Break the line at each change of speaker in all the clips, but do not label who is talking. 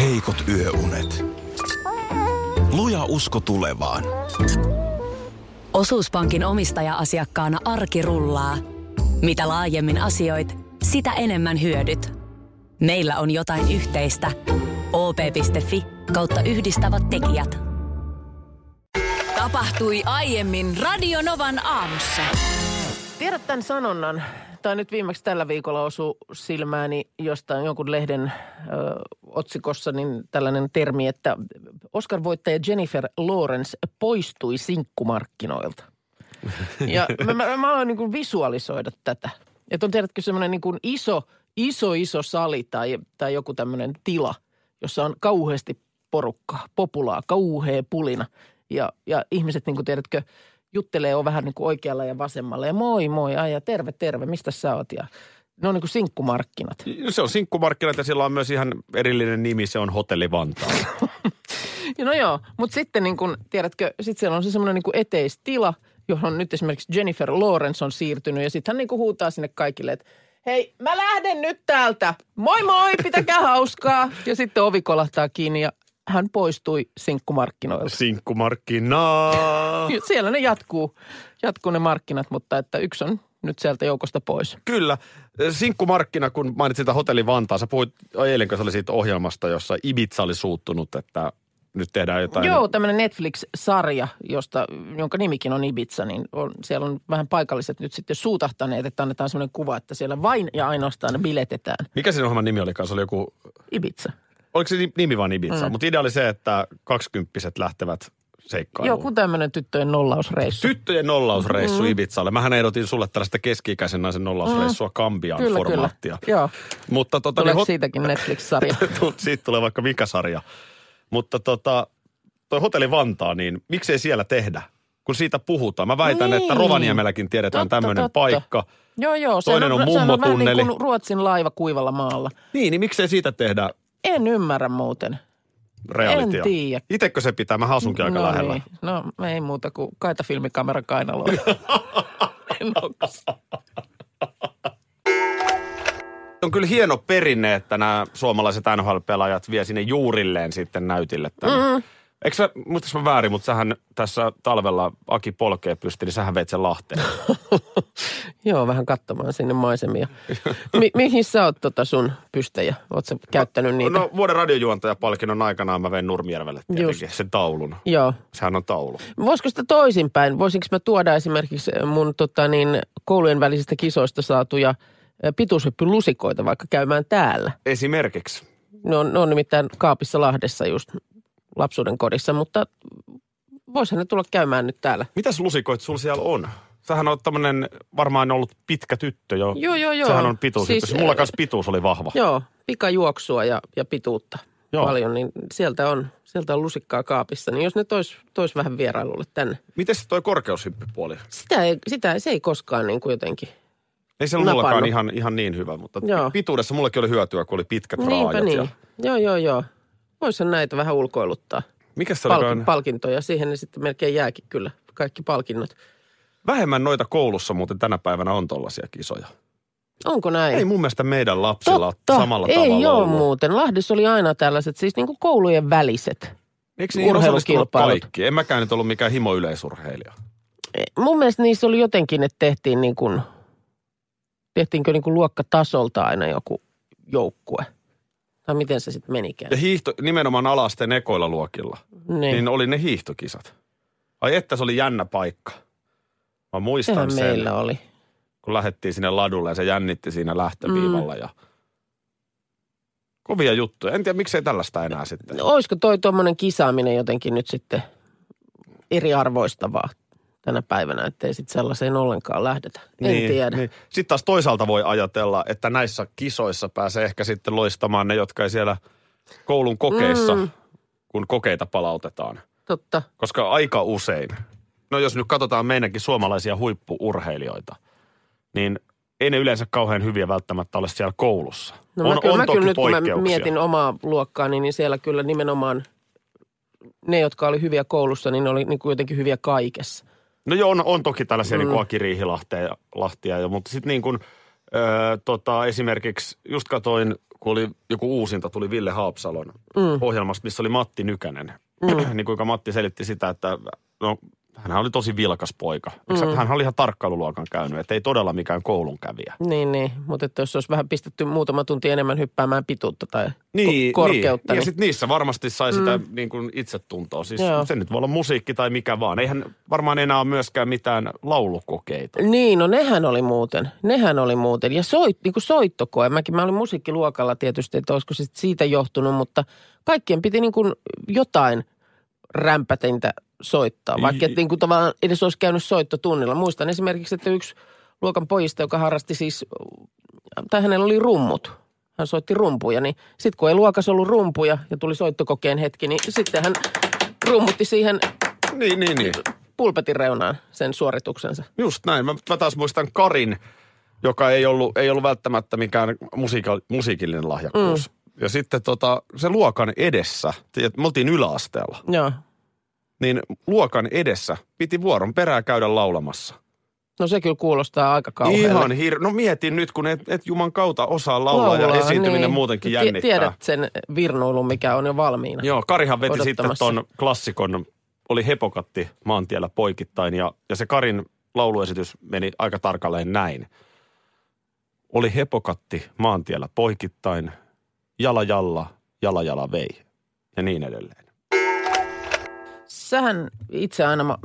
heikot yöunet. Luja usko tulevaan.
Osuuspankin omistaja-asiakkaana arki rullaa. Mitä laajemmin asioit, sitä enemmän hyödyt. Meillä on jotain yhteistä. op.fi kautta yhdistävät tekijät.
Tapahtui aiemmin Radionovan aamussa.
Tiedät tämän sanonnan, tai nyt viimeksi tällä viikolla osu silmääni jostain jonkun lehden ö, otsikossa niin tällainen termi, että Oscar-voittaja Jennifer Lawrence poistui sinkkumarkkinoilta. Ja mä, mä, mä aloin niin kuin visualisoida tätä. Että on tiedätkö semmoinen niin kuin iso, iso, iso sali tai, tai joku tämmöinen tila, jossa on kauheasti porukkaa, populaa, kauhea pulina. Ja, ja ihmiset, niin kuin tiedätkö, juttelee on vähän niin kuin oikealla ja vasemmalla. Ja moi, moi, ai ja terve, terve, mistä sä oot? Ja ne on niin kuin sinkkumarkkinat.
Se on sinkkumarkkinat ja sillä on myös ihan erillinen nimi, se on Hotelli Vantaa.
Ja No joo, mutta sitten niin kun, tiedätkö, sitten siellä on se semmoinen niin kun eteistila, johon nyt esimerkiksi Jennifer Lawrence on siirtynyt ja sitten hän niin kun huutaa sinne kaikille, että hei, mä lähden nyt täältä, moi moi, pitäkää hauskaa. Ja sitten ovi kolahtaa kiinni ja hän poistui sinkkumarkkinoilta.
Sinkkumarkkinaa!
Ja Siellä ne jatkuu, jatkuu ne markkinat, mutta että yksi on nyt sieltä joukosta pois.
Kyllä. Sinkkumarkkina, kun mainitsit tämän hotelli Vantaa, sä puhuit eilen, kun sä olit siitä ohjelmasta, jossa Ibiza oli suuttunut, että nyt tehdään jotain.
Joo, tämmöinen Netflix-sarja, josta, jonka nimikin on Ibiza, niin on, siellä on vähän paikalliset nyt sitten suutahtaneet, että annetaan semmoinen kuva, että siellä vain ja ainoastaan biletetään
Mikä sen ohjelman nimi olikaan? Se oli joku,
Ibiza.
oliko se ni- nimi vaan Ibiza?
Mm.
Mutta idea oli se, että kaksikymppiset lähtevät seikkailuun.
Joku tämmöinen tyttöjen nollausreissu.
Tyttöjen nollausreissu mm. Ibizalle. Mähän ehdotin sulle tällaista keski-ikäisen naisen nollausreissua mm. Kambian
kyllä,
formaattia.
kyllä. Joo.
Mutta tota,
Tuleeko
hot-
siitäkin Netflix-sarja?
Tu- Siitä tulee vaikka mikä sarja. Mutta tota, toi hotelli Vantaa, niin miksei siellä tehdä? Kun siitä puhutaan. Mä väitän,
Niin.
että Rovaniemelläkin tiedetään
Totta,
tämmöinen
totta.
paikka.
Joo, joo. sehän
Toinen on
sehän vähän
mummotunneli.
niin kuin Ruotsin laiva kuivalla maalla.
Niin, niin miksei siitä tehdä
En ymmärrä muuten.
realitio?
En tiedä.
Itekö se pitää? Mä asunkin aika
no
lähellä.
Niin. No ei muuta kuin kaita filmikamera kainaloon.
On kyllä hieno perinne, että nämä suomalaiset NHL-pelaajat vie sinne juurilleen sitten näytille tämän.
Mm-hmm.
Mm. Eikö sä, muistatko mä väärin, mutta sähän tässä talvella Aki polkee pysti, niin sähän veit sen Lahteen.
Joo, vähän katsomaan sinne maisemia. Mi- mihin sä oot tota sun pystejä? Oot sä käyttänyt niitä?
No vuoden radiojuontajapalkinnon aikanaan mä vein Nurmijärvelle tietenkin sen taulun.
Joo.
Sehän on taulu.
Voisiko sitä toisinpäin? Voisinko mä tuoda esimerkiksi mun tota, niin, koulujen välisistä kisoista saatuja ö, pituushyppylusikoita vaikka käymään täällä?
Esimerkiksi.
Ne on, ne on nimittäin kaapissa Lahdessa just lapsuuden kodissa, mutta voisihan ne tulla käymään nyt täällä.
Mitäs lusikoit sulla siellä on? Sähän on tämmönen varmaan ollut pitkä tyttö jo.
Joo, joo, joo.
Sähän on pituus.
Siis,
Siis, Mulla
äh,
kanssa pituus oli vahva.
Joo, pikajuoksua ja, ja pituutta
Joo.
Joo. paljon, niin sieltä on, sieltä on lusikkaa kaapissa. Niin jos ne tois, tois vähän vierailulle tänne.
Miten se toi korkeushyppypuoli?
Sitä ei, sitä, se ei koskaan niin kuin jotenkin.
Ei se ollut
Napannut.
mullakaan ihan, ihan niin hyvä, mutta
Joo.
pituudessa mullekin oli hyötyä, kun oli pitkät
Niinpä
raajat.
niin.
Ja...
Joo, joo, joo. Voisihan näitä vähän ulkoiluttaa.
Mikäs se
Palki,
Palkin, pal-
palkintoja, siihen ne sitten melkein jääkin kyllä, kaikki palkinnot.
Vähemmän noita koulussa muuten tänä päivänä on tollaisia kisoja.
Onko näin?
Ei mun mielestä meidän lapsilla ole
Totta.
samalla
ei
tavalla
joo
ollut.
muuten. Lahdessa oli aina tällaiset, siis niin kuin koulujen väliset.
Eikö niin
urheilukilpailut.
osallistunut kaikki? En mäkään nyt ollut mikään himoyleisurheilija.
E, Mun mielestä niissä oli jotenkin, että tehtiin niin kuin, tehtiinkö niin kuin luokkatasolta aina joku joukkue. Tai miten se sitten menikään.
Ja hiihto, nimenomaan alasten ekoilla luokilla.
Niin.
Eh, niin. niin oli ne hiihtokisat. Ai että se oli jännä paikka. Mä muistan
Sehän
sen,
meillä oli.
kun lähdettiin sinne ladulle ja se jännitti siinä lähtöviivalla ja kovia juttuja. En tiedä, miksei tällaista enää sitten.
No, olisiko toi tuommoinen kisaaminen jotenkin nyt sitten eriarvoistavaa tänä päivänä, ettei sitten sellaiseen ollenkaan lähdetä. En tiedä. Niin.
Sitten taas toisaalta voi ajatella, että näissä kisoissa pääsee ehkä sitten loistamaan ne, jotka ei siellä koulun kokeissa, mm. kun kokeita palautetaan.
Totta.
Koska aika usein, no jos nyt katsotaan meidänkin suomalaisia huippuurheilijoita, niin ei ne yleensä kauhean hyviä välttämättä ole siellä koulussa.
No mä
on,
kyllä,
on
mä
toki
kyllä nyt kun mä
poikkeuksia.
mietin omaa luokkaani, niin siellä kyllä nimenomaan ne, jotka oli hyviä koulussa, niin ne oli niin kuin jotenkin hyviä kaikessa.
No joo, on, on toki tällaisia mm. niin Akiriihilahtia, lahtia, ja- mutta sitten niin kuin, öö, tota, esimerkiksi just katoin, kun oli joku uusinta, tuli Ville Haapsalon mm. ohjelmasta, missä oli Matti Nykänen. Mm. niin kuinka Matti selitti sitä, että no, hän oli tosi vilkas poika. Mm. Hän oli ihan tarkkailuluokan käynyt, että ei todella mikään koulun kävijä.
Niin, niin. Mutta että jos olisi vähän pistetty muutama tunti enemmän hyppäämään pituutta tai
Niin,
ko- korkeutta.
niin. Ja
Niin.
sitten niissä varmasti sai sitä mm. niin kuin itsetuntoa. Siis
Joo.
se nyt voi olla musiikki tai mikä vaan. Eihän varmaan enää ole myöskään mitään laulukokeita.
Niin, no nehän oli muuten. Nehän oli muuten. Ja soit, niin kuin soittokoe. Mäkin mä olin musiikkiluokalla tietysti, että olisiko se sit siitä johtunut, mutta kaikkien piti niin kuin jotain rämpätintä soittaa, vaikka et niin kuin tavallaan edes olisi käynyt soittotunnilla. Muistan esimerkiksi, että yksi luokan pojista, joka harrasti siis, tai hänellä oli rummut, hän soitti rumpuja, niin sitten kun ei luokassa ollut rumpuja ja tuli soittokokeen hetki, niin sitten hän rummutti siihen
Niin, niin, niin.
pulpetin reunaan sen suorituksensa.
Just näin. Mä, mä taas muistan Karin, joka ei ollut, ei ollut välttämättä mikään musiika, musiikillinen lahjakkuus. Mm. Ja sitten tota, se luokan edessä, tiedät, me oltiin yläasteella,
Joo.
niin luokan edessä piti vuoron perää käydä laulamassa.
No se kyllä kuulostaa aika kauhealle.
Ihan hir... No mietin nyt, kun et, et juman kautta osaa laulaa, ja esiintyminen muutenkin
niin. Ti-
jännittää.
Tiedät sen virnuilun, mikä on jo valmiina.
Joo, Karihan veti sitten
odottamassa.
ton klassikon, oli hepokatti maantiellä poikittain ja, ja se Karin lauluesitys meni aika tarkalleen näin. Oli hepokatti maantiellä poikittain, jala jalla, jala jala vei ja niin edelleen.
Sähän itse aina ma-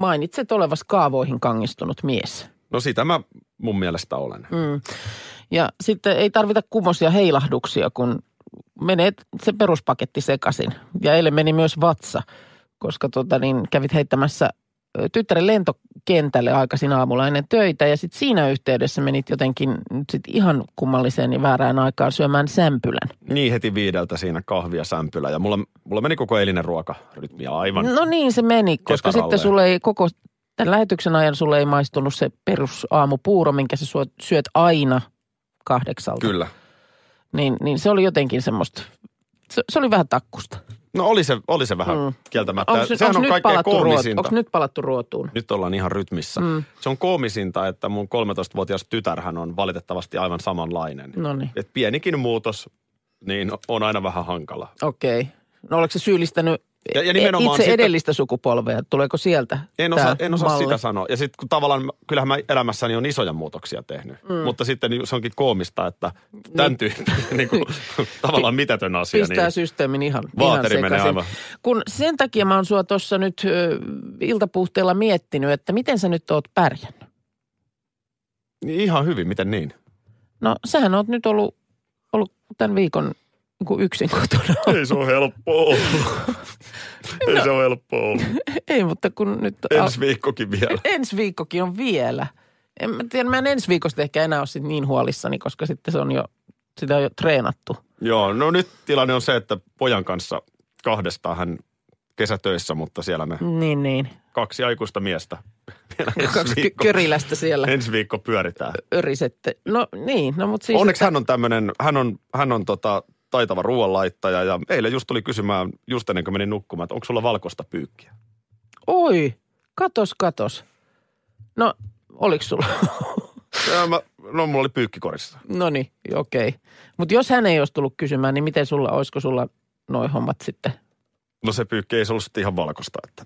mainitset olevas kaavoihin kangistunut mies.
No sitä mä mun mielestä olen.
Mm. Ja sitten ei tarvita kumosia heilahduksia, kun menee se peruspaketti sekaisin. Ja eilen meni myös vatsa, koska tota, niin kävit heittämässä ö, tyttären lentokentälle aikaisin aamulla ennen töitä. Ja sitten siinä yhteydessä menit jotenkin nyt sit ihan kummalliseen ja väärään aikaan syömään sämpylän.
Niin heti viideltä siinä kahvia sämpylä ja mulla, mulla meni koko elinen ruokarytmi aivan.
No niin se meni, koska
Ketaralleen.
sitten sulle ei koko tämän lähetyksen ajan sulle ei maistunut se perusaamupuuro, minkä sä syöt, syöt aina kahdeksalta.
Kyllä.
Niin, niin se oli jotenkin semmoista, se, se oli vähän takkusta.
No oli se, oli se vähän
Mm.
mm. kieltämättä.
Onko
Sehän on
nyt,
kaikkein
palattu ruotu-
koomisinta.
onks nyt palattu ruotuun?
nyt ollaan ihan rytmissä.
Mm.
Mm. Se on koomisinta, että mun 13-vuotias tytärhän on valitettavasti aivan samanlainen.
No niin,
Et pienikin muutos, niin on aina vähän hankala.
okei. Okay. No oletko se syyllistänyt
Ja- ja
e-
nimenomaan
itse
sitten-
edellistä sukupolvea? Tuleeko sieltä
En osaa,
tää
en osaa
malli?
sitä sanoa. Ja sitten kun tavallaan, mä- kyllähän mä elämässäni on isoja muutoksia tehnyt. Mm. Mutta sitten niin se onkin koomista, että tämän tyyppinen niin kuin, tavallaan mitätön asia.
Pistää
Niin.
systeemin ihan, ihan
Vaateri menee
sekaisin.
aivan.
Kun sen takia mä oon sua tuossa nyt ö, iltapuhteella miettinyt, että miten sä nyt oot pärjännyt.
Niin Ihan hyvin, miten niin?
No sähän oot nyt ollut, ollut tämän viikon niin kuin yksin kotona.
Ei se ole helppoa
No.
Ei se ole helppoa ollut.
Ei, mutta kun nyt...
Ensi viikkokin vielä.
ensi viikkokin on vielä. En mä tiedä, mä en ensi viikosta ehkä enää ole sit niin huolissani, koska sitten se on jo, sitä on jo treenattu.
Joo, no nyt tilanne on se, että pojan kanssa kahdestaan hän kesätöissä, mutta siellä me
Niin, niin.
kaksi aikuista miestä vielä ensi
Kaksi ky-
viikko,
körilästä siellä
ensi viikko pyöritään.
örisette. No niin, no mutta siis...
Onneksi hän on tämmöinen, hän on, hän on tota, taitava ruoanlaittaja ja eilen just tuli kysymään, just ennen kuin menin nukkumaan, että onko sulla valkoista pyykkiä?
Oi, katos, katos. No, oliko sulla?
Ja mä, no mulla oli pyykkikorissa.
no niin, okei. Okay. Mutta jos hän ei olisi tullut kysymään, niin miten sulla, olisiko sulla noi hommat sitten?
No se pyykki ei se ollut sitten ihan valkoista, että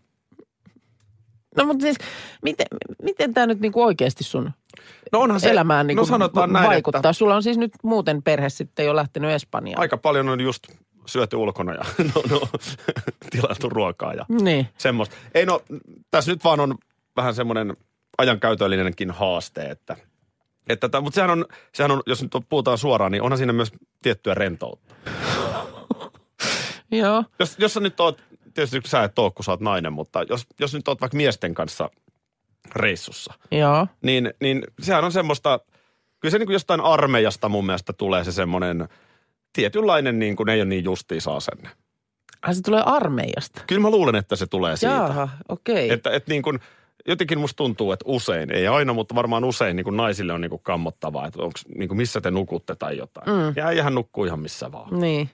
No mutta siis, miten, miten tämä nyt niinku oikeasti sun
No onhan se,
elämään niinku
no sanotaan näin,
vaikuttaa?
että
Sulla on siis nyt muuten perhe sitten jo lähtenyt Espanjaan.
aika paljon on just syöty ulkona ja no, no, tilattu ruokaa ja
Niin.
semmoista. Ei no, tässä nyt vaan on vähän semmoinen ajankäytöllinenkin haaste, että, että mutta sehän on, sehän on, jos nyt puhutaan suoraan, niin onhan siinä myös tiettyä rentoutta.
Joo.
Jos, jos sä nyt oot, tietysti sä et oo, kun sä oot nainen, mutta jos, jos nyt oot vaikka miesten kanssa reissussa,
Joo.
niin, niin sehän on semmoista, kyllä se niin kuin jostain armeijasta mun mielestä tulee se semmoinen tietynlainen, niin kuin ei ole niin justiisa asenne.
Ai Ah, se tulee armeijasta.
Kyllä mä luulen, että se tulee siitä.
Jaaha, okei. Okay.
Että, että niin kuin, jotenkin musta tuntuu, että usein, ei aina, mutta varmaan usein niin kuin naisille on niin kuin kammottavaa, että onko niin kuin missä te nukutte tai jotain.
Mm.
Mm. Ja äijähän nukkuu ihan missä vaan.
Niin,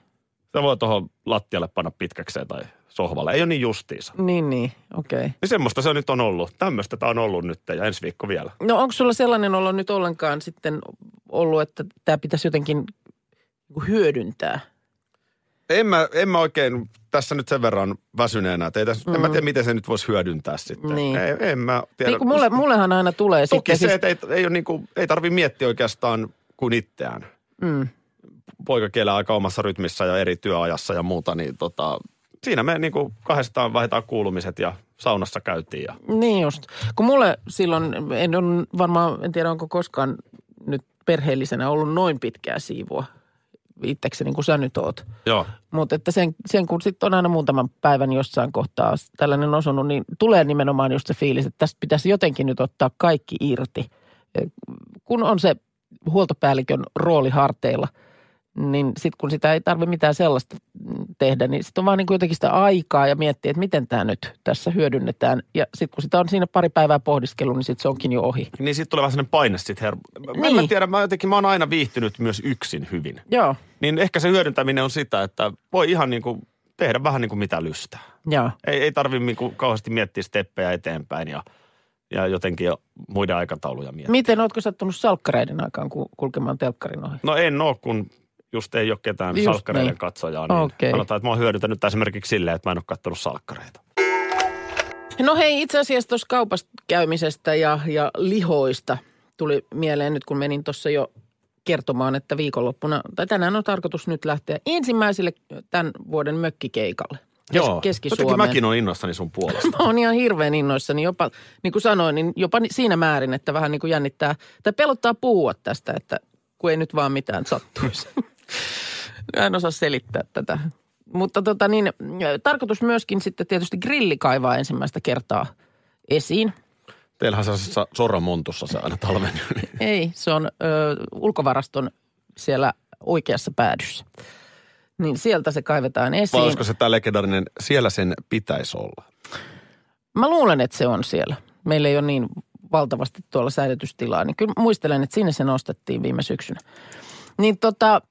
Se voi tuohon lattialle panna pitkäkseen tai sohvalle. Ei ole niin justiinsa.
niin, niin, okei. Okay.
Niin semmoista se nyt on ollut. Tämmöistä tämä on ollut nyt ja ensi viikko vielä.
No onko sulla sellainen olo nyt ollenkaan sitten ollut, että tämä pitäisi jotenkin niin kuin hyödyntää.
En mä, en mä oikein tässä nyt sen verran väsyneenä, että ei tässä, mm. en mä tiedä miten se nyt voisi hyödyntää sitten.
Niin.
Ei, en mä tiedä.
Niin kuin mulle, mullehan aina tulee
Toki
sitten
se,
siis,
että ei, ei, ole niin kuin, ei tarvi miettiä oikeastaan kuin itseään.
mm,
Poika kielää aika omassa rytmissä ja eri työajassa ja muuta, niin tota, siinä me niin kuin kahdestaan vaihdetaan kuulumiset ja saunassa käytiin. Ja,
niin just. Kun mulle silloin, en on varmaan, en tiedä onko koskaan nyt perheellisenä ollut noin pitkää siivua itsekseni kuin sä nyt oot.
joo.
Mutta että sen, sen kun sitten on aina muutaman päivän jossain kohtaa tällainen osunut, niin tulee nimenomaan just se fiilis, että tästä pitäisi jotenkin nyt ottaa kaikki irti. E, Kun on se huoltopäällikön rooli harteilla, niin sitten kun sitä ei tarvitse mitään sellaista tehdä, niin sitten on vaan niin kuin jotenkin sitä aikaa ja miettii, että miten tämä nyt tässä hyödynnetään. Ja sitten kun sitä on siinä pari päivää pohdiskellut, niin sitten se onkin jo ohi.
Niin siitä tulee vähän sellainen paine sitten. Her- mä, en mä
Niin.
tiedä, mä jotenkin mä oon aina viihtynyt myös yksin hyvin.
Joo,
Niin ehkä se hyödyntäminen on sitä, että voi ihan niin kuin tehdä vähän niin kuin mitä lystää.
joo.
Ei, ei tarvi niin kuin kauheasti miettiä steppejä eteenpäin ja, ja jotenkin jo muiden aikatauluja miettiä.
Miten, ootko sattunut salkkareiden aikaan ku- kulkemaan telkkarin ohi?
No en oo, kun just ei ole ketään
Just
just salkkareiden
niin.
niin. katsojaa. Niin
Okei.
Sanotaan, että mä oon hyödyntänyt tämän esimerkiksi silleen, että mä en ole kattonut salkkareita.
No hei, itse asiassa tuossa kaupasta käymisestä ja, ja lihoista tuli mieleen nyt, kun menin tuossa jo kertomaan, että viikonloppuna, tai tänään on tarkoitus nyt lähteä ensimmäiselle tämän vuoden mökkikeikalle kes-
Jotenkin
Keski-Suomeen.
mäkin on innoissani sun puolesta.
Mä oon ihan hirveän innoissani, jopa niin kuin sanoin, niin jopa ni- siinä määrin, että vähän niin kuin jännittää tai pelottaa puhua tästä, että kun ei nyt vaan mitään sattuisi. Mä en osaa selittää tätä. Mutta tota niin, tarkoitus myöskin sitten tietysti grilli kaivaa ensimmäistä kertaa esiin.
Teillähän se siis soramontussa se aina talven.
Ei, se on ö, ulkovaraston siellä oikeassa päädyssä. Niin sieltä se kaivetaan esiin.
Vai olisiko se tämä legendaarinen, siellä sen pitäisi olla?
Mä luulen, että se on siellä. Meillä ei ole niin valtavasti tuolla säilytystilaa, niin kyllä muistelen, että sinne se nostettiin viime syksynä. Niin tota,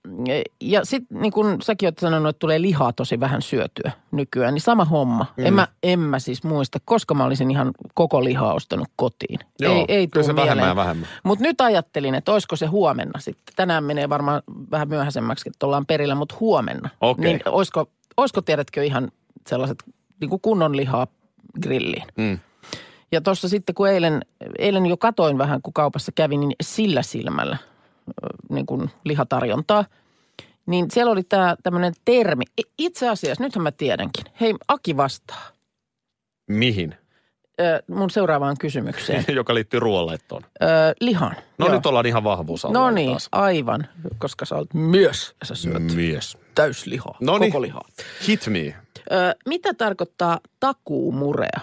ja sitten niin kun säkin oot sanonut, että tulee lihaa tosi vähän syötyä nykyään, niin sama homma. Mm. En, mä, en mä siis muista, koska mä olisin ihan koko lihaa ostanut kotiin.
Joo,
ei, ei
kyllä se
tuu
vähemmän
mieleen.
ja vähemmän.
Mutta nyt ajattelin, että olisiko se huomenna sitten. Tänään menee varmaan vähän myöhäisemmäksi, että ollaan perillä, mutta huomenna.
Okei.
Niin olisiko, olisiko tiedätkö ihan sellaiset niin kuin kunnon lihaa grilliin?
Mm.
Ja tuossa sitten, kun eilen, eilen jo katoin vähän, kun kaupassa kävin, niin sillä silmällä ö, niin kuin lihatarjontaa. Niin siellä oli tämä tämmöinen termi. I- Itse asiassa, nythän mä tiedänkin. Hei, Aki vastaa
Mihin?
ö, mun seuraavaan kysymykseen.
Joka liittyy ruoanlaittoon.
Ö, lihan.
No
Joo.
nyt ollaan ihan vahvuusalueella
No niin,
taas. Niin.
aivan, koska sä oot myös, ja sä syöt
Mies.
täyslihaa,
Noniin.
koko lihaa.
Hit me.
Ö, mitä tarkoittaa takuumurea?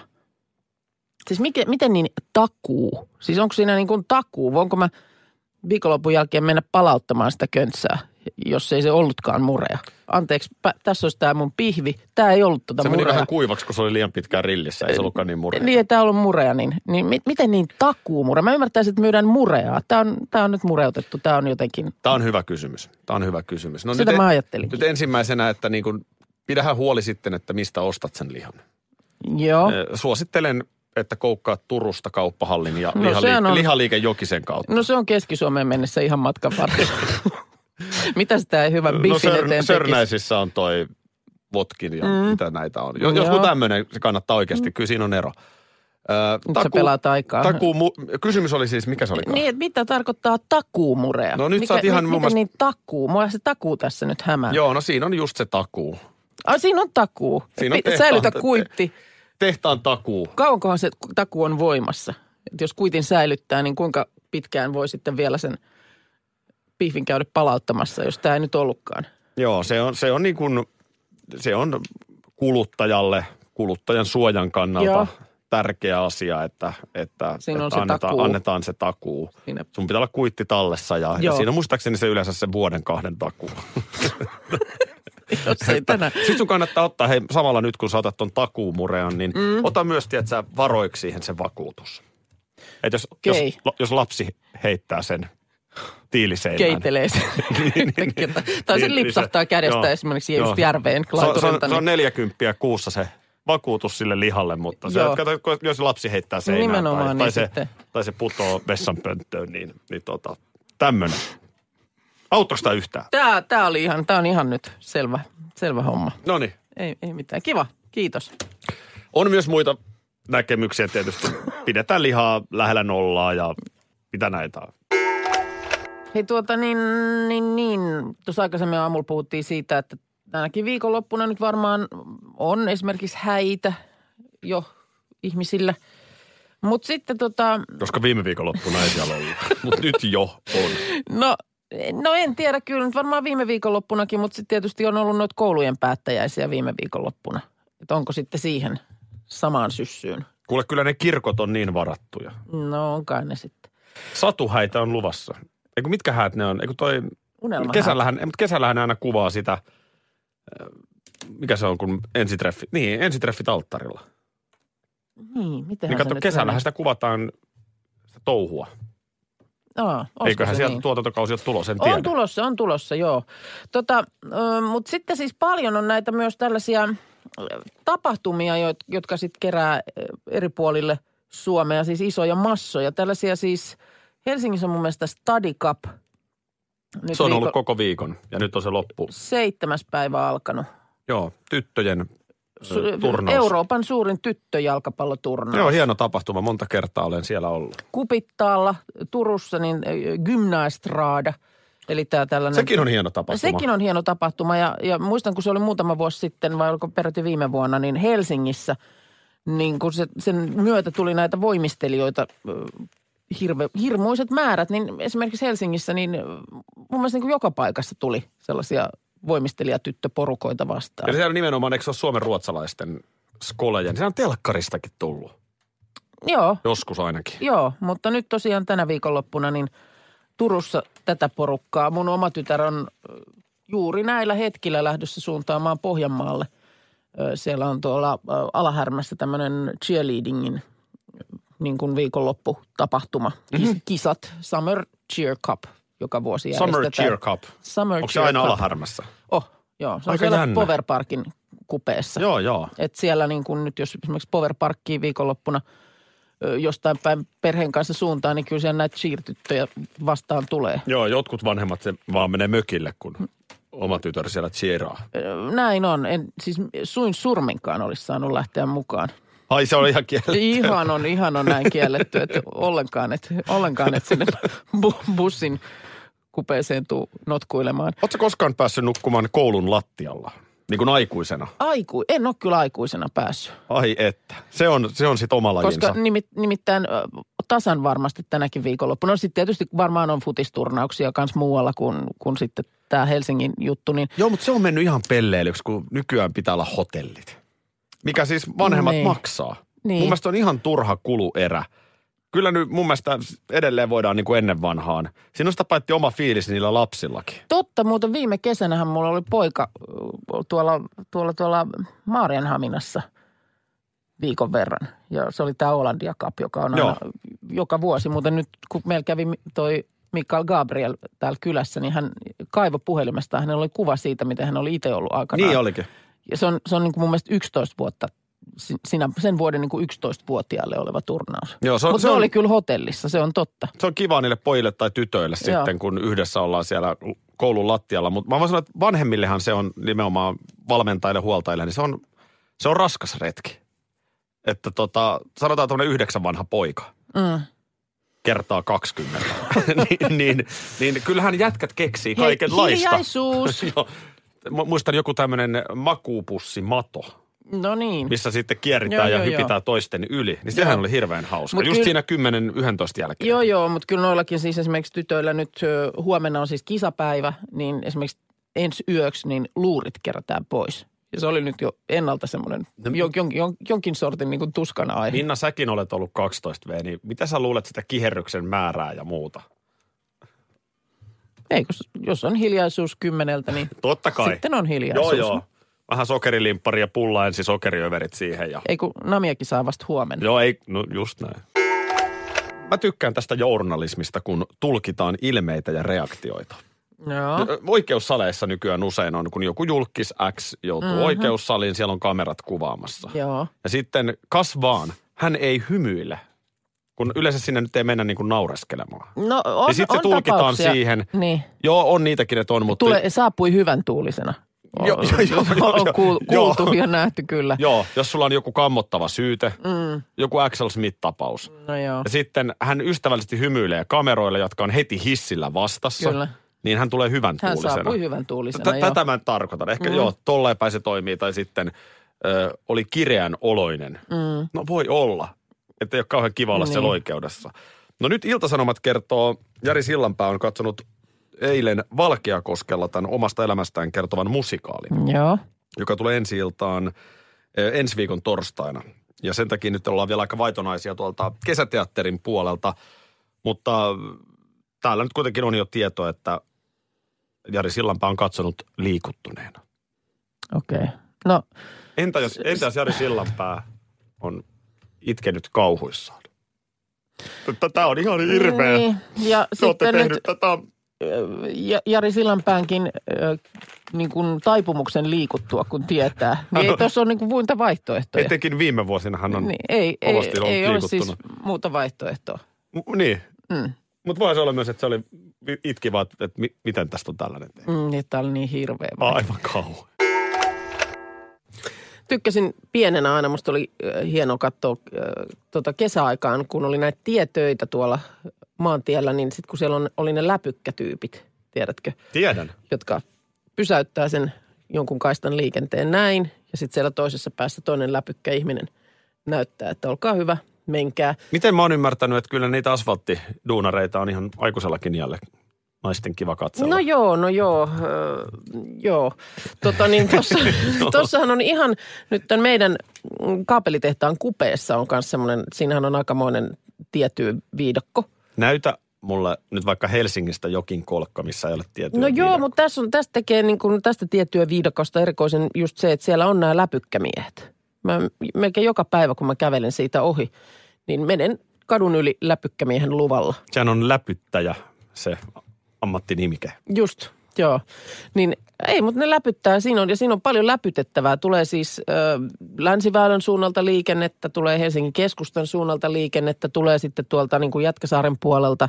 Siis mikä, miten niin takuu? Siis onko siinä niin kuin takuu? Voinko mä viikonlopun jälkeen mennä palauttamaan sitä köntsää, jos ei se ollutkaan murea? Anteeksi, pä, tässä olisi tämä mun pihvi. Tämä ei ollut tota
Se meni
murea.
vähän kuivaksi, kun se oli liian pitkään rillissä. Ei se ollutkaan niin murhe.
Niin, tämä on ollut murea, niin, niin mi- miten niin takuu murea? Mä ymmärtäisin, että myydään mureaa. Tämä on, tää on nyt mureutettu, tämä on jotenkin,
Tämä on hyvä kysymys. Tämä on hyvä kysymys. No
sitä
nyt,
mä ajattelin.
nyt ensimmäisenä, että niin kuin, pidähän huoli sitten, että mistä ostat sen lihan.
Joo.
Eh, Suosittelen, että koukkaat Turusta kauppahallin ja
No,
no,
sehän on-
lihali- on... lihaliike Jokisen kautta.
No se on Keski-Suomeen mennessä ihan matkan varrella. Mitä sitä ei hyvän
no
biffin
sör,
eteen tekisi?
Sörnäisissä on toi Votkin ja mm. mitä näitä on. Jos, joku
Joo.
tämmöinen, se kannattaa oikeasti. Kyllä siinä on ero. Ö,
Nyt sä pelaat aikaa.
Takuu, mu- kysymys oli siis, mikä se oli?
Niin, että mitä tarkoittaa takuumurea?
No nyt
Mikä,
sä oot ihan
mi-
mun
Miten
mielestä-
niin takuu? Mua se takuu tässä nyt hämää.
Joo, no siinä on just se takuu.
Ai siinä on takuu.
Siinä on
Pi-
tehtaan-
Säilytä kuitti.
Tehtaan takuu.
Kauankohan se takuu on voimassa? Et jos kuitin säilyttää, niin kuinka pitkään voi sitten vielä sen pihvin käydä palauttamassa, jos tämä ei nyt ollutkaan?
Joo, se on, se on niin kuin, se on kuluttajalle, kuluttajan suojan kannalta
Joo.
Joo. tärkeä asia, että, että,
Siinä
että
on se
annetaan,
takuu.
annetaan se takuu.
Siinä-
Sun pitää olla kuitti tallessa ja, ja
Joo.
siinä on muistaakseni se yleensä se vuoden kahden takuu.
Jos ei tänään.
Sitten sun kannattaa ottaa, hei samalla nyt kun saatat ton takuumurean, niin mm. ota myös, tiedätkö, varoiksi siihen se vakuutus. Et jos, jos,
Okei.
la- jos, lapsi heittää sen tiiliseinään.
keitelee sen yhtäkkiä. Tai- Tai se
Niin, niin
lipsahtaa
se-
kädestä
joo.
esimerkiksi
Joo.
just järveen
Se on, se, on,
laiturilta.
se on
niin-
40 kuussa se vakuutus sille lihalle, mutta se,
Joo.
kato, kun- jos lapsi heittää seinään
Nimenomaan,
tai,
niin
tai, se,
sitten.
tai se putoo vessanpönttöön, niin, niin tota, tämmöinen. Auttoiko tämä yhtään?
Tää, tää oli ihan, tää on ihan nyt selvä, selvä homma.
No niin.
Ei, ei mitään. Kiva. Kiitos.
On myös muita näkemyksiä tietysti. Pidetään lihaa lähellä nollaa ja mitä näitä on.
Hei tuota niin, niin, niin. Tuossa aikaisemmin aamulla puhuttiin siitä, että ainakin viikonloppuna nyt varmaan on esimerkiksi häitä jo ihmisillä. Mutta sitten tota,
Koska viime viikonloppuna ei vielä ollut. Mutta nyt jo on.
no, no en tiedä kyllä, nyt varmaan viime viikonloppunakin, mutta sitten tietysti on ollut noita koulujen päättäjäisiä viime viikonloppuna. Että onko sitten siihen samaan syssyyn?
Kuule, kyllä ne kirkot on niin varattuja.
No onkaan ne sitten.
Satuhäitä on luvassa. Eikö mitkä häät ne on? Eikö toi...
Unelma
Kesällähän, mutta kesällähän ne aina kuvaa sitä, ö, mikä se on, kun ensitreffi, niin ensitreffit alttarilla.
Niin, miten
Niin kato, kesällähän sitä kuvataan sitä touhua.
Aa,
Eiköhän sieltä
niin?
tuotantokausi ole tulos, en tiedä.
On tulossa, on tulossa, joo. Tota, Mutta sitten siis paljon on näitä myös tällaisia ö, tapahtumia, jo- jotka sitten kerää ö, eri puolille Suomea, siis isoja massoja. Tällaisia siis, Helsingissä on mun mielestä Study Cup. Nyt
se on ollut
viikon-
koko viikon ja nyt on se loppu.
Seitsemäs päivä alkanut.
Joo, tyttöjen Su- turnaus.
Euroopan suurin tyttöjalkapalloturnaus.
Joo, hieno tapahtuma. Monta kertaa olen siellä ollut.
Kupittaalla Turussa niin ö, Gymnastraada, eli tämä tällainen...
Sekin on hieno tapahtuma.
Sekin on hieno tapahtuma ja, ja muistan, kun se oli muutama vuosi sitten, vai oliko peräti viime vuonna, niin Helsingissä, niin kun se, sen myötä tuli näitä voimistelijoita ö, hirve, hirmuiset määrät, niin esimerkiksi Helsingissä, niin ö, mun mielestä niin kuin joka paikassa tuli sellaisia voimistelijatyttöporukoita
Ja
vastaan.
siellä nimenomaan, eikö se ole suomen ruotsalaisten skoleja, niin se on telkkaristakin tullut.
Joo,
Joskus ainakin.
joo, mutta nyt tosiaan tänä viikonloppuna niin Turussa tätä porukkaa. Mun oma tytär on ö, juuri näillä hetkillä lähdössä suuntaamaan Pohjanmaalle. Ö, Siellä on tuolla ö, Alahärmässä tämmöinen cheerleadingin ö, niin kuin viikonlopputapahtuma,
Mhm.
mm-hmm. kisat, Summer Cheer Cup, joka vuosi
Summer
järjestetään.
Cheer Cup.
Summer
Onko se
Cheer
aina
Cup.
alahärmässä?
Oh, joo. Se on
Aika
siellä
jännä.
Power Parkin kupeessa.
Joo, joo.
Et siellä niin kun nyt jos esimerkiksi Power Parkkiin viikonloppuna ö, jostain päin perheen kanssa suuntaan, niin kyllä siellä näitä cheer-tyttöjä vastaan tulee.
Joo, jotkut vanhemmat se vaan menee mökille, kun oma tytär siellä cheeraa.
Ö, Näin on. En siis suin surminkaan olisi saanut lähteä mukaan.
Ai se oli ihan kielletty.
Ihan on, ihan on näin kielletty, että ollenkaan, että ollenkaan, että sinne bu- bussin kupeeseen tuu notkuilemaan.
Oletko koskaan päässyt nukkumaan koulun lattialla? Niin kuin aikuisena.
Aiku, en ole kyllä aikuisena päässyt.
Ai että. Se on, se on sit oma lajinsa.
Koska nimit, nimittäin ö, tasan varmasti tänäkin viikonloppuna. No sitten tietysti varmaan on futisturnauksia myös muualla kuin, kuin sitten tämä Helsingin juttu. Niin
Joo, mutta se on mennyt ihan pelleilyksi, kun nykyään pitää olla hotellit. Mikä siis vanhemmat
Niin.
niin. maksaa.
Niin.
Niin. Mun mielestä on ihan turha kuluerä. Kyllä nyt mun mielestä edelleen voidaan niin kuin ennen vanhaan. Siinä on sitä paitsi oma fiilis niillä lapsillakin.
totta, muuten viime kesänähän mulla oli poika ö, tuolla, tuolla, tuolla Maarianhaminassa viikon verran. Ja se oli tämä Olandia Cup, joka on aina,
Joo.
joka vuosi. Muuten nyt kun meillä kävi mi- toi Mikael Gabriel täällä kylässä, niin hän kaivo puhelimesta. Hänellä oli kuva siitä, miten hän oli itse ollut aikanaan.
Niin olikin.
Ja se on, se on niin kuin mun mielestä 11 vuotta, si- sinä, sen vuoden niin kuin 11-vuotiaalle oleva turnaus.
Joo, Niin, se on,
Mutta
se
ne
on,
oli kyllä hotellissa, se on totta.
se on kiva niille pojille tai tytöille
Joo.
Joo. sitten, kun yhdessä ollaan siellä koulun lattialla. Mutta mä voin sanoa, että vanhemmillehan se on nimenomaan valmentajille, huoltajille, niin se on, se on raskas retki. Että tota, sanotaan tuommoinen yhdeksän vanha poika –
Mm.
kertaa 20. niin, niin, niin kyllähän jätkät keksii Niin kaikenlaista.
Hiljaisuus.
Joo. Mu- Muistan joku tämmöinen makuupussimato,
No niin.
missä sitten kierritään
Joo,
joo,
joo,
ja
joo.
joo, hypitään toisten yli. Niin sehän
Joo.
joo. oli hirveän hauska.
Mut
Mut Just
kyllä-
siinä 10-11 jälkeen.
Joo, joo, mutta kyllä noillakin siis esimerkiksi tytöillä nyt ö, huomenna on siis kisapäivä, niin esimerkiksi ensi yöksi niin luurit kerätään pois. Ja se oli nyt jo ennalta semmoinen
No
jon, jon, jon, jonkin sortin niin kuin tuskan aihe.
Minna, säkin olet ollut 12V, niin mitä sä luulet sitä kiherryksen määrää ja muuta?
Ei, kun, s- jos on hiljaisuus kymmeneltä, niin
Totta kai.
sitten on hiljaisuus.
joo, joo. Vähän sokerilimpparia, pulla ensin sokeriöverit siihen ja
Ei kun namiakin saa vasta huomenna.
Joo, ei, no just näin. Mä tykkään tästä journalismista, kun tulkitaan ilmeitä ja reaktioita.
Joo.
Ö, Oikeussaleissa nykyään usein on, kun joku julkis X joutuu mm-hmm. oikeussaliin, siellä on kamerat kuvaamassa.
Joo.
Ja sitten kas vaan, hän ei hymyile, Kun yleensä sinne nyt ei mennä niin kuin naureskelemaan.
No on,
Ja sit se
on
tulkitaan
tapauksia.
siihen.
Niin.
Joo, on niitäkin, että on, mutta...
Tule, saapui hyvän tuulisena.
Joo,
On-
joo, joo, joo,
on
joo.
kuul-
Joo.
kuultu ja nähty kyllä.
Joo, jos sulla on joku kammottava syyte, mm. joku Axel Smith-tapaus.
No joo.
Ja sitten hän ystävällisesti hymyilee kameroille, jotka on heti hissillä vastassa.
Kyllä.
Niin hän tulee hyvän
Hän
tuulisena.
saapui hyvän tuulisena,
Tä-
joo.
Tätä mä en tarkoitan. Ehkä mm. joo, tolleen päin se toimii. Tai sitten ö, oli kireän oloinen. Mm. No voi olla. Että ei ole kauhean kiva olla niin. siellä oikeudessa. No nyt Iltasanomat kertoo, Jari Sillanpää on katsonut eilen Valkeakoskella tämän omasta elämästään kertovan musikaalin
Joo.
joka tulee ensi iltaan ö, ensi viikon torstaina. Ja sen takia nyt ollaan vielä aika vaitonaisia tuolta kesäteatterin puolelta. Mutta mm, täällä nyt kuitenkin on jo tieto, että Jari Sillanpää on katsonut liikuttuneena.
Okei. Okay. No,
Entä jos, entä jos Jari Sillanpää on itkenyt kauhuissaan? Tämä on ihan hirveä.
niin. Ja
Te olette
sitten nyt
tehnyt tätä.
Ja- Jari Sillanpäänkin ö, niin kuin taipumuksen liikuttua, kun tietää. Niin ei tuossa ole niin kuin muita vaihtoehtoja.
Etenkin viime vuosinahan on
niin, ei, ei,
kovasti ollut
ei ole siis
liikuttunut.
muuta vaihtoehtoa.
M- Niin.
Mm.
Mutta voisi olla myös, että se oli vi- itki vaan, että mi- miten tästä on tällainen tehty.
Mm, niin, tämä oli niin hirveä.
Aivan kauhean.
Tykkäsin pienenä aina, musta oli äh, hienoa katsoa äh, tota kesäaikaan, kun oli näitä tietöitä tuolla maantiellä, niin sitten kun siellä on, oli ne läpykkätyypit, tiedätkö,
Tiedän.
jotka pysäyttää sen jonkun kaistan liikenteen näin, ja sitten siellä toisessa päässä toinen läpykkä ihminen näyttää, että olkaa hyvä, menkää.
Miten mä oon ymmärtänyt, että kyllä niitä asfalttiduunareita on ihan aikuisellakin jälle naisten kiva katsella.
No joo, no joo, öö, joo. Tota niin, tossa, tossahan on ihan, nyt tämän meidän mm, kaapelitehtaan kupeessa on myös semmoinen, siinähän on aikamoinen tietty viidakko.
Näytä mulle nyt vaikka Helsingistä jokin kolkka, missä ei ole tiettyä
No joo,
viidakkoa.
mutta tässä on, tästä tekee niin kuin tästä tiettyä viidakosta erikoisen just se, että siellä on nämä läpykkämiehet. Mä melkein joka päivä, kun mä kävelen siitä ohi, niin menen kadun yli läpykkämiehen luvalla.
Sehän on läpyttäjä se ammattinimike.
Just, joo. Niin ei, mutta ne läpyttää. Siinä on, ja siinä on paljon läpytettävää. Tulee siis ö, Länsiväylän suunnalta liikennettä, tulee Helsingin keskustan suunnalta liikennettä, tulee sitten tuolta niin kuin Jätkäsaaren puolelta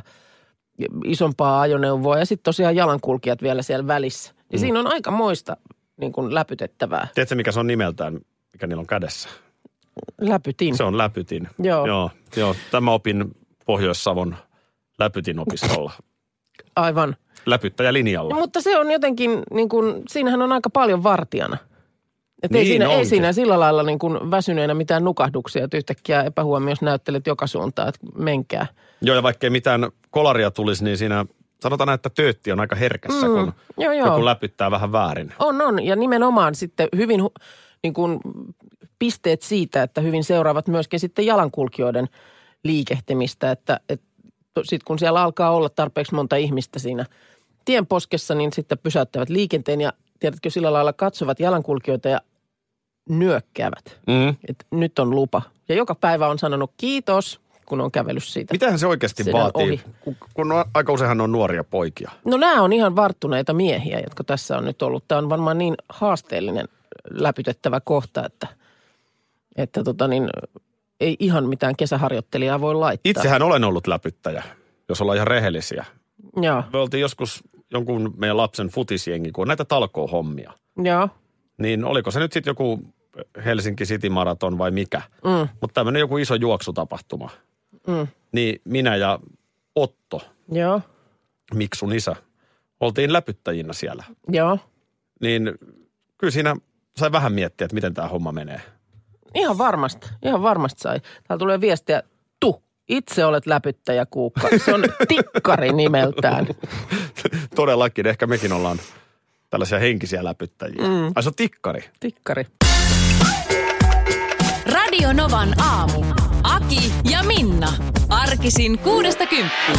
isompaa ajoneuvoa ja sitten tosiaan jalankulkijat vielä siellä välissä.
Mm.
Ja siinä on aika moista niin kuin läpytettävää.
Tiedätkö, mikä se on nimeltään, mikä niillä on kädessä?
Läpytin.
Se on läpytin.
Niin. Joo.
Joo, joo. Tämä opin Pohjois-Savon läpytinopistolla.
Aivan.
Läpyttäjälinjalla.
No, mutta se on jotenkin, niin kuin, siinähän on aika paljon vartijana. Et ei,
Niin
siinä, ei
onkin.
siinä sillä lailla niin kuin väsyneenä mitään nukahduksia, että yhtäkkiä epähuomiossa näyttelet joka suuntaan, että menkää.
Joo, ja vaikkei mitään kolaria tulisi, niin siinä sanotaan, näin, että töötti on aika herkässä, mm. kun
Joo, No joo.
joku läpyttää vähän väärin.
On, on. Ja nimenomaan sitten hyvin hu- niin kuin pisteet siitä, että hyvin seuraavat myöskin sitten jalankulkijoiden liikehtimistä, että, että sitten kun siellä alkaa olla tarpeeksi monta ihmistä siinä tien poskessa, niin sitten pysäyttävät liikenteen ja tiedätkö sillä lailla katsovat jalankulkijoita ja nyökkäävät,
Mm.
että nyt on lupa. Ja joka päivä on sanonut kiitos, kun on kävellyt siitä.
Mitähän se oikeasti
Siinä on
vaatii,
ohi.
kun, kun on, aika useinhan on nuoria poikia.
No nämä on ihan varttuneita miehiä, jotka tässä on nyt ollut. Tämä on varmaan niin haasteellinen äh, läpytettävä kohta, että, että tota niin, ei ihan mitään kesäharjoittelijaa voi laittaa.
Itsehän olen ollut läpyttäjä, jos ollaan ihan rehellisiä.
Joo,
Me oltiin joskus jonkun meidän lapsen futisjengi, kun on näitä talkoohommia.
joo.
Niin oliko se nyt sitten joku Helsinki City Marathon vai mikä?
Mm,
Mutta tämmöinen joku iso juoksutapahtuma.
mm,
Niin minä ja Otto,
joo,
Miksun isä, oltiin läpyttäjinä siellä.
joo.
Niin kyllä siinä sai vähän miettiä, että miten tämä homma menee.
Ihan varmasti, ihan varmasti sai. Täällä tulee viestiä, tu, itse olet läpyttäjä Kuukka. Se on tikkari nimeltään.
Todellakin, ehkä mekin ollaan tällaisia henkisiä läpyttäjiä. Mm. Ai se on tikkari.
Tikkari.
Radio Novan aamu. Aki ja Minna. Arkisin kuudesta kymppiin.